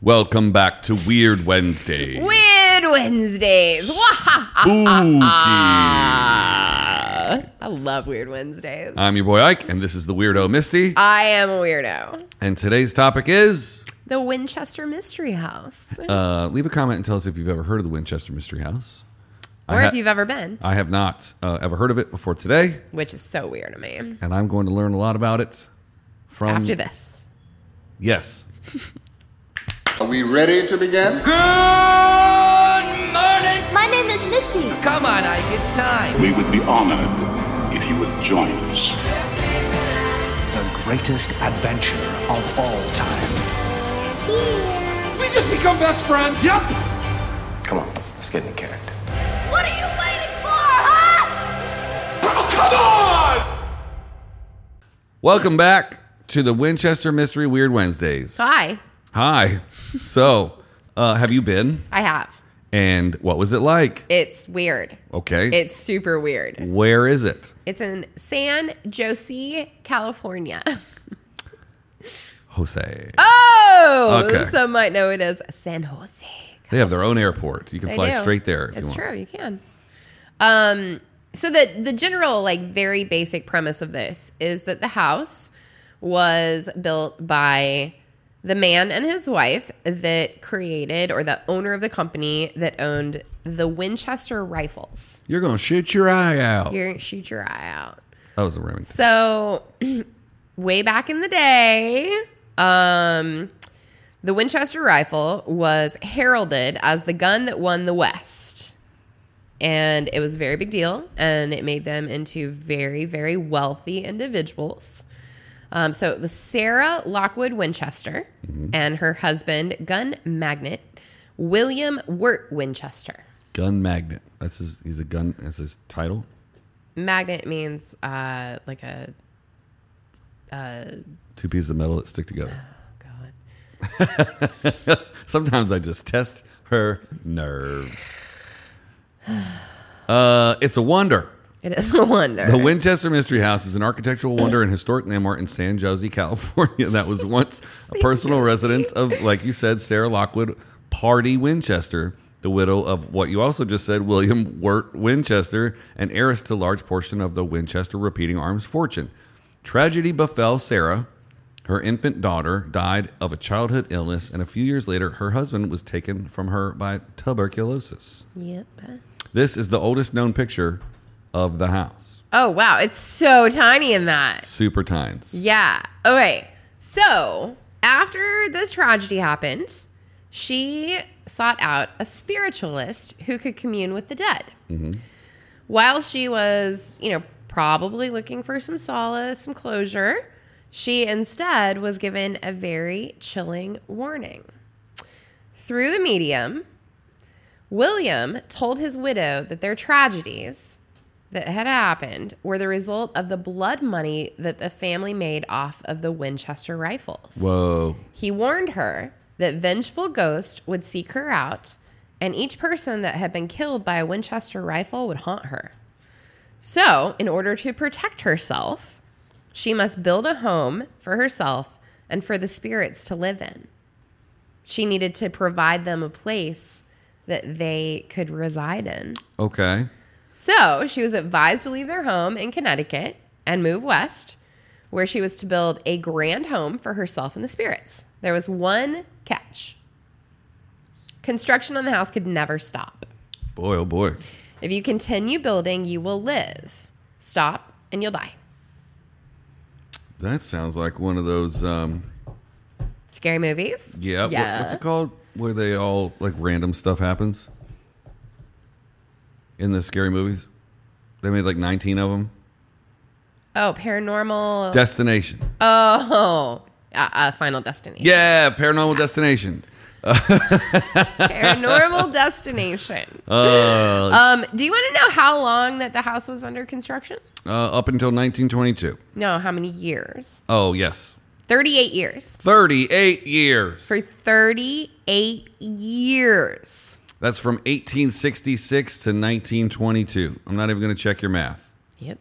Welcome back to Weird Wednesday. Weird Wednesdays. Ah, Spooky. I love Weird Wednesdays. I'm your boy Ike, and this is the Weirdo Misty. I am a weirdo. And today's topic is The Winchester Mystery House. uh, leave a comment and tell us if you've ever heard of the Winchester Mystery House. Or I if ha- you've ever been, I have not uh, ever heard of it before today, which is so weird to me. and I'm going to learn a lot about it from After this. Yes. Are we ready to begin? My name is Misty. Come on, Ike, it's time. We would be honored if you would join us. The greatest adventure of all time. We just become best friends. Yep. Come on, let's get in character. What are you waiting for, huh? Welcome back to the Winchester Mystery Weird Wednesdays. Hi. Hi. So, uh, have you been? I have. And what was it like? It's weird. Okay. It's super weird. Where is it? It's in San Jose, California. Jose. Oh, Okay. some might know it as San Jose. They have their own airport. You can They fly do. straight there if It's you want. true. You can. Um, so the the general, like, very basic premise of this is that the house was built by the man and his wife that created, or the owner of the company that owned the Winchester rifles. You're gonna shoot your eye out. You're gonna shoot your eye out. that was a Remington. So, way back in the day, um, the Winchester rifle was heralded as the gun that won the West. And it was a very big deal, and it made them into very, very wealthy individuals. Um, so it was Sarah Lockwood Winchester and her husband, gun magnate William Wirt Winchester. Gun magnet. That's his. He's a gun. That's his title. Magnet means uh, like a Two pieces of metal that stick together. Sometimes I just test her nerves. Uh, it's a wonder. It is a wonder. The Winchester Mystery House is an architectural wonder and historic landmark in San Jose, California, that was once a personal residence of, like you said, Sarah Lockwood Party Winchester, the widow of what you also just said, William Wirt Winchester, and heiress to a large portion of the Winchester Repeating Arms fortune. Tragedy befell Sarah. Her infant daughter died of a childhood illness, and a few years later, her husband was taken from her by tuberculosis. Yep. This is the oldest known picture of the house. Oh wow, it's so tiny in that. Super tines. Yeah. Okay. So after this tragedy happened, she sought out a spiritualist who could commune with the dead. While she was, you know, probably looking for some solace, some closure, she instead was given a very chilling warning. Through the medium, William told his widow that their tragedies that had happened were the result of the blood money that the family made off of the Winchester rifles. Whoa. He warned her that vengeful ghosts would seek her out, and each person that had been killed by a Winchester rifle would haunt her. So, in order to protect herself, she must build a home for herself and for the spirits to live in. She needed to provide them a place that they could reside in. Okay. So she was advised to leave their home in Connecticut and move west, where she was to build a grand home for herself and the spirits. There was one catch construction on the house could never stop. Boy, oh boy. If you continue building, you will live. Stop and you'll die. That sounds like one of those. Um, Scary movies? yeah. what- yeah. what's it called? Where they all like random stuff happens in the scary movies. They made like 19 of them. Oh, paranormal. Destination. oh, uh, uh, Final Destination. Yeah, Paranormal Destination. Paranormal Destination. Uh. um, do you want to know how long that the house was under construction? Uh, up until 1922. No, how many years? Oh, yes. 38 years. 38 years. For 38 years. That's from 1866 to 1922. I'm not even going to check your math Yep.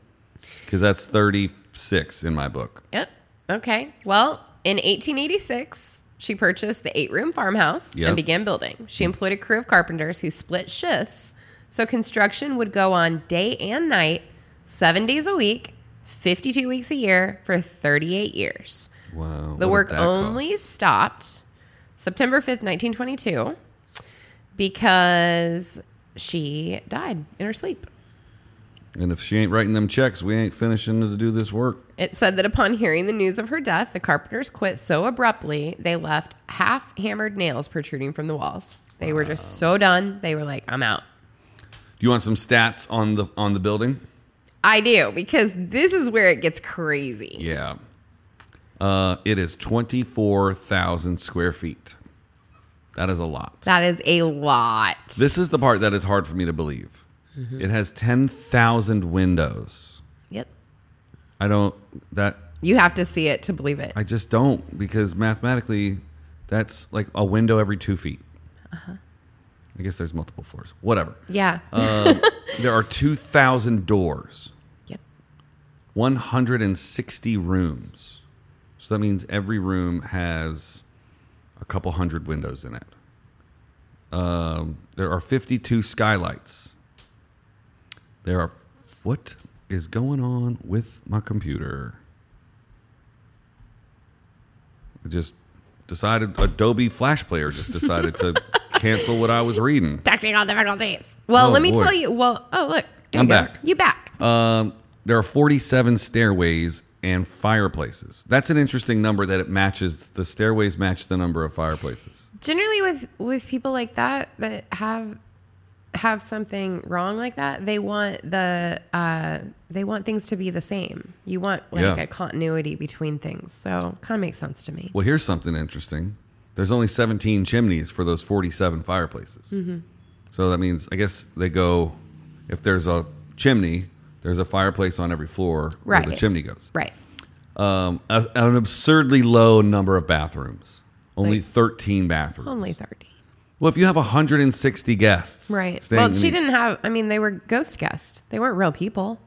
because that's 36 in my book. Yep. Okay. Well, in 1886, She purchased the eight room farmhouse Yep. and began building. She employed a crew of carpenters who split shifts, so construction would go on day and night, seven days a week, 52 weeks a year for 38 years. Wow. The what work did that only cost? stopped September 5th, 1922, because she died in her sleep. And if she ain't writing them checks, we ain't finishing to do this work. It said that upon hearing the news of her death, the carpenters quit so abruptly they left half hammered nails protruding from the walls. They were just so done. They were like, I'm out. Do you want some stats on the on the building? I do, because this is where it gets crazy. Yeah. Uh, it is twenty four thousand square feet. That is a lot. That is a lot. This is the part that is hard for me to believe. Mm-hmm. It has 10,000 windows. yep. I don't, that, You have to see it to believe it. I just don't because mathematically that's like a window every two feet. Uh-huh. I guess there's multiple floors. Whatever. yeah. Um, there are 2,000 doors, yep. 160 rooms. So that means every room has a couple hundred windows in it. Um, there are 52 skylights. There are. What is going on with my computer? I just decided Adobe Flash Player just decided to cancel what I was reading. Technical difficulties. Well, Oh, let me boy. tell you. Well, oh, look. There I'm you go. back. You back. Um, there are 47 stairways and fireplaces. That's an interesting number that it matches. The stairways match the number of fireplaces. generally with with people like that that have have something wrong like that they want the uh they want things to be the same you want like Yeah. a continuity between things so kind of makes sense to me Well, here's something interesting. There's only 17 chimneys for those 47 fireplaces. Mm-hmm. So that means, I guess they go, if there's a chimney, there's a fireplace on every floor where the Right. chimney goes. right Um, a- an absurdly low number of bathrooms. Only Like- 13 bathrooms. only 30 well, if you have 160 guests. right staying well she in- didn't have i mean they were ghost guests they weren't real people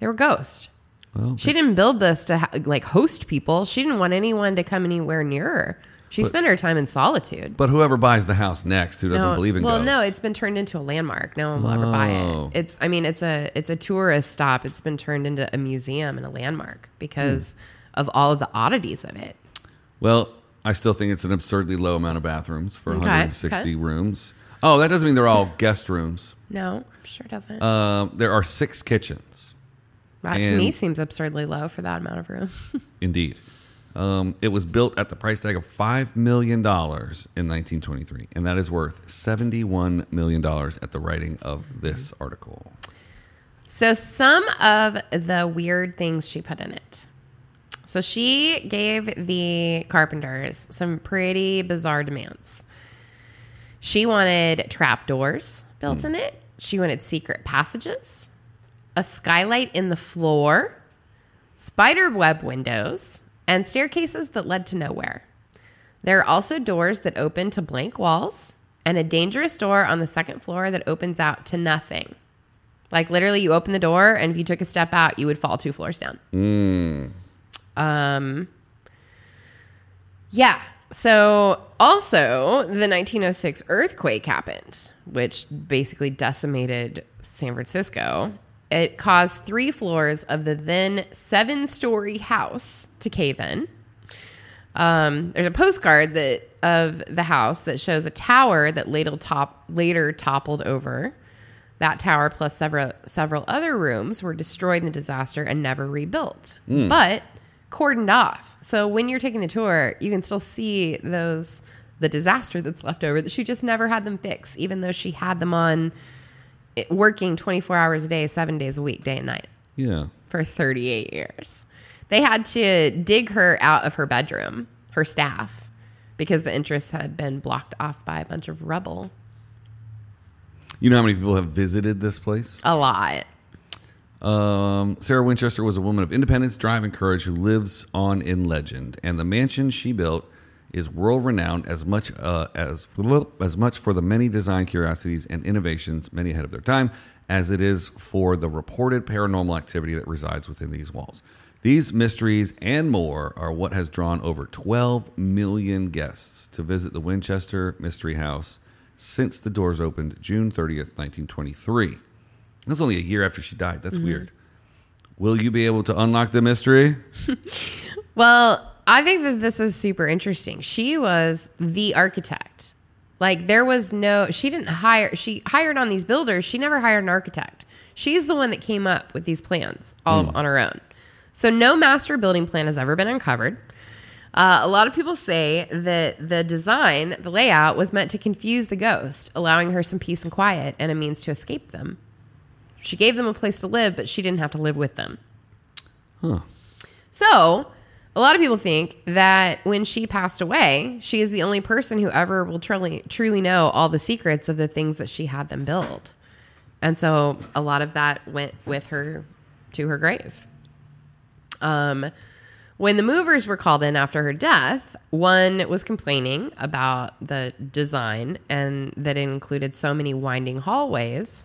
they were ghosts Well, she didn't build this to ha- like host people she didn't want anyone to come anywhere near her she spent her time in solitude But whoever buys the house next who doesn't believe in well, ghosts. no, it's been turned into a landmark. No one will ever buy Oh. it. It's, I mean, it's a it's a tourist stop. It's been turned into a museum and a landmark because Hmm. of all of the oddities of it. Well, I still think it's an absurdly low amount of bathrooms for Okay, 160 okay. rooms. Oh, that doesn't mean they're all guest rooms. No, sure doesn't. Um, there are six kitchens, that to me and- seems absurdly low for that amount of rooms. indeed. Um, it was built at the price tag of five million dollars in 1923, and that is worth 71 million dollars at the writing of this article. so some of the weird things she put in it. So she gave the carpenters some pretty bizarre demands. She wanted trapdoors built in it. She wanted secret passages, a skylight in the floor, spider web windows, and staircases that led to nowhere. There are also doors that open to blank walls and a dangerous door on the second floor that opens out to nothing. Like literally you open the door and if you took a step out, you would fall two floors down. Um, Yeah. So also the 1906 earthquake happened, which basically decimated San Francisco. It caused three floors of the then seven story house to cave in. Um, there's a postcard that of the house that shows a tower that later, top, later toppled over. That tower plus several several other rooms were destroyed in the disaster and never rebuilt, but cordoned off. So when you're taking the tour, you can still see those the disaster that's left over that she just never had them fix, even though she had them on it- working 24 hours a day, seven days a week, day and night Yeah, for 38 years. They had to dig her out of her bedroom, her staff, because the entrance had been blocked off by a bunch of rubble. you know how many people have visited this place? A lot. Um, Sarah Winchester was a woman of independence, drive, and courage who lives on in legend. And the mansion she built is world renowned as much uh, as as much for the many design curiosities and innovations, many ahead of their time, as it is for the reported paranormal activity that resides within these walls. These mysteries and more are what has drawn over 12 million guests to visit the Winchester Mystery House since the doors opened June 30th, 1923. That's only a year after she died. That's weird. Will you be able to unlock the mystery? Well, I think that this is super interesting. She was the architect. Like there was no she didn't hire she hired on these builders. She never hired an architect. She's the one that came up with these plans all on her own. So no master building plan has ever been uncovered. Uh, a lot of people say that the design, the layout, was meant to confuse the ghost, allowing her some peace and quiet and a means to escape them. She gave them a place to live, but she didn't have to live with them. So, a lot of people think that when she passed away, she is the only person who ever will truly truly know all the secrets of the things that she had them build. And so a lot of that went with her to her grave. Um when the movers were called in after her death, one was complaining about the design and that it included so many winding hallways.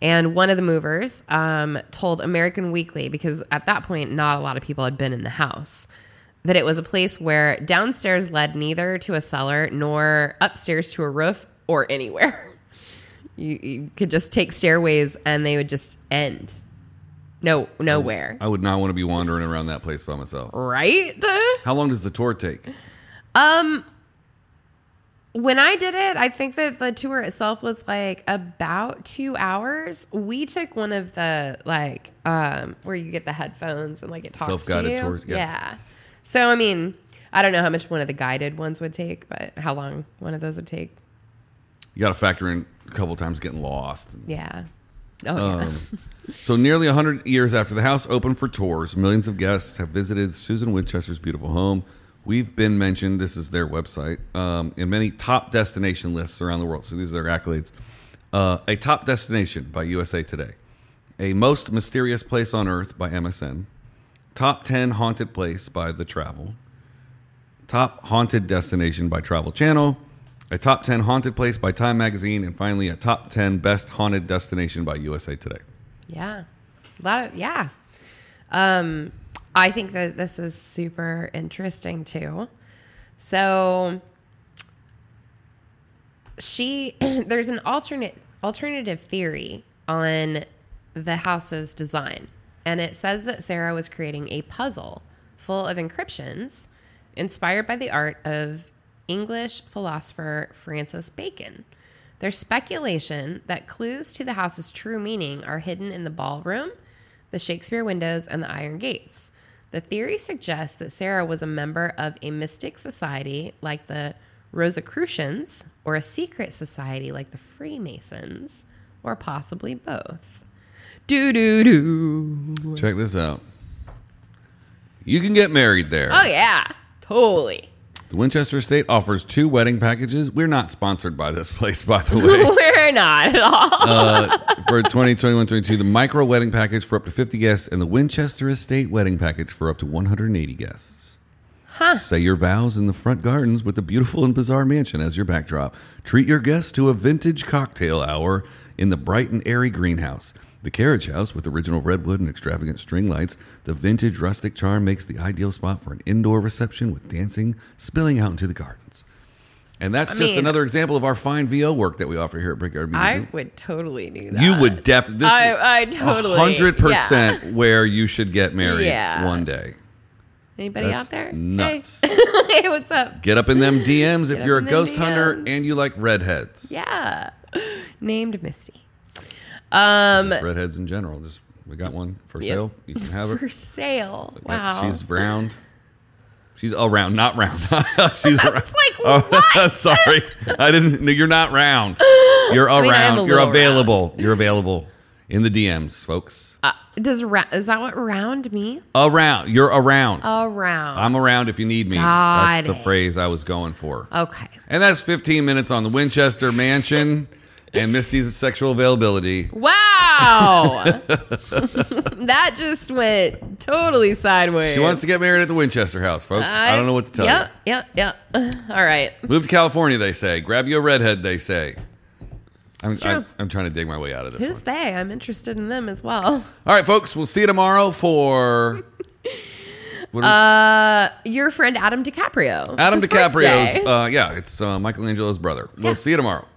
And one of the movers um, told American Weekly, because at that point, not a lot of people had been in the house, that it was a place where downstairs led neither to a cellar nor upstairs to a roof or anywhere. you, you could just take stairways and they would just end. No, nowhere. I would not want to be wandering around that place by myself. Right? How long does the tour take? When I did it, I think that the tour itself was like about two hours. We took one of the like um where you get the headphones and like it talks to Self-guided you. tours, yeah. So I mean, I don't know how much one of the guided ones would take, but how long one of those would take. You got to factor in a couple times getting lost. Yeah. Oh Um, yeah. So, nearly 100 years after the house opened for tours, millions of guests have visited Susan Winchester's beautiful home. We've been mentioned, this is their website, um, in many top destination lists around the world. So, these are their accolades. Uh, a top destination by USA Today, a most mysterious place on earth by MSN, top 10 haunted place by The Travel, top haunted destination by Travel Channel, a top 10 haunted place by Time Magazine, and finally, a top 10 best haunted destination by USA Today. Yeah. A lot of yeah. Um I think that this is super interesting too. So she there's an alternate alternative theory on the house's design and it says that Sarah was creating a puzzle full of encryptions inspired by the art of English philosopher Francis Bacon. There's speculation that clues to the house's true meaning are hidden in the ballroom, the Shakespeare windows, and the iron gates. The theory suggests that Sarah was a member of a mystic society like the Rosicrucians, or a secret society like the Freemasons, or possibly both. Doo doo doo. Check this out. You can get married there. Oh, yeah. Totally. The Winchester State offers two wedding packages. We're not sponsored by this place, by the way. We're not at all. uh, for 2021-22, the micro wedding package for up to 50 guests and the Winchester Estate wedding package for up to 180 guests. Say your vows in the front gardens with the beautiful and bizarre mansion as your backdrop. Treat your guests to a vintage cocktail hour in the bright and airy greenhouse. The carriage house with original redwood and extravagant string lights, the vintage rustic charm makes the ideal spot for an indoor reception with dancing spilling out into the gardens. And that's just mean- another example of our fine VO work that we offer here at Brickyard Media I Group. would totally do that. You would definitely. This I- is I totally- hundred percent where you should get married Yeah. one day. Anybody That's out there? Hey. nuts. Hey. what's up? Get up in them DMs if up you're a in them ghost hunter DMs. and you like redheads. Yeah. Named Misty. Just redheads in general. Just we got one for Um, Yep. sale. You can have For it. sale. Yep, Wow. She's round. She's all round, not round. She's round. like, I'm sorry. I didn't. No, you're not round. You're mean, I am around. a You're little available. You're available in the DMs, folks. Uh, does ra- is that what round means? around. You're around. Oh, Around. I'm around if you need me. Got that's the it. phrase I was going for. okay. And that's 15 minutes on the Winchester Mansion and Misty's sexual availability. Wow. that just went totally sideways. She wants to get married at the Winchester house, folks. I, don't know what to tell Uh, yep, Yep, yep, All right. you. Move to California, they say. Grab you a redhead, they say. I'm, It's true. I, I'm trying to dig my way out of this. Who's one. they? I'm interested in them as well. All right, folks. We'll see you tomorrow for what are we- Your friend Adam DiCaprio. It's Adam Uh, his DiCaprio's. birthday. Uh, yeah, it's uh, Michelangelo's brother. We'll see you tomorrow.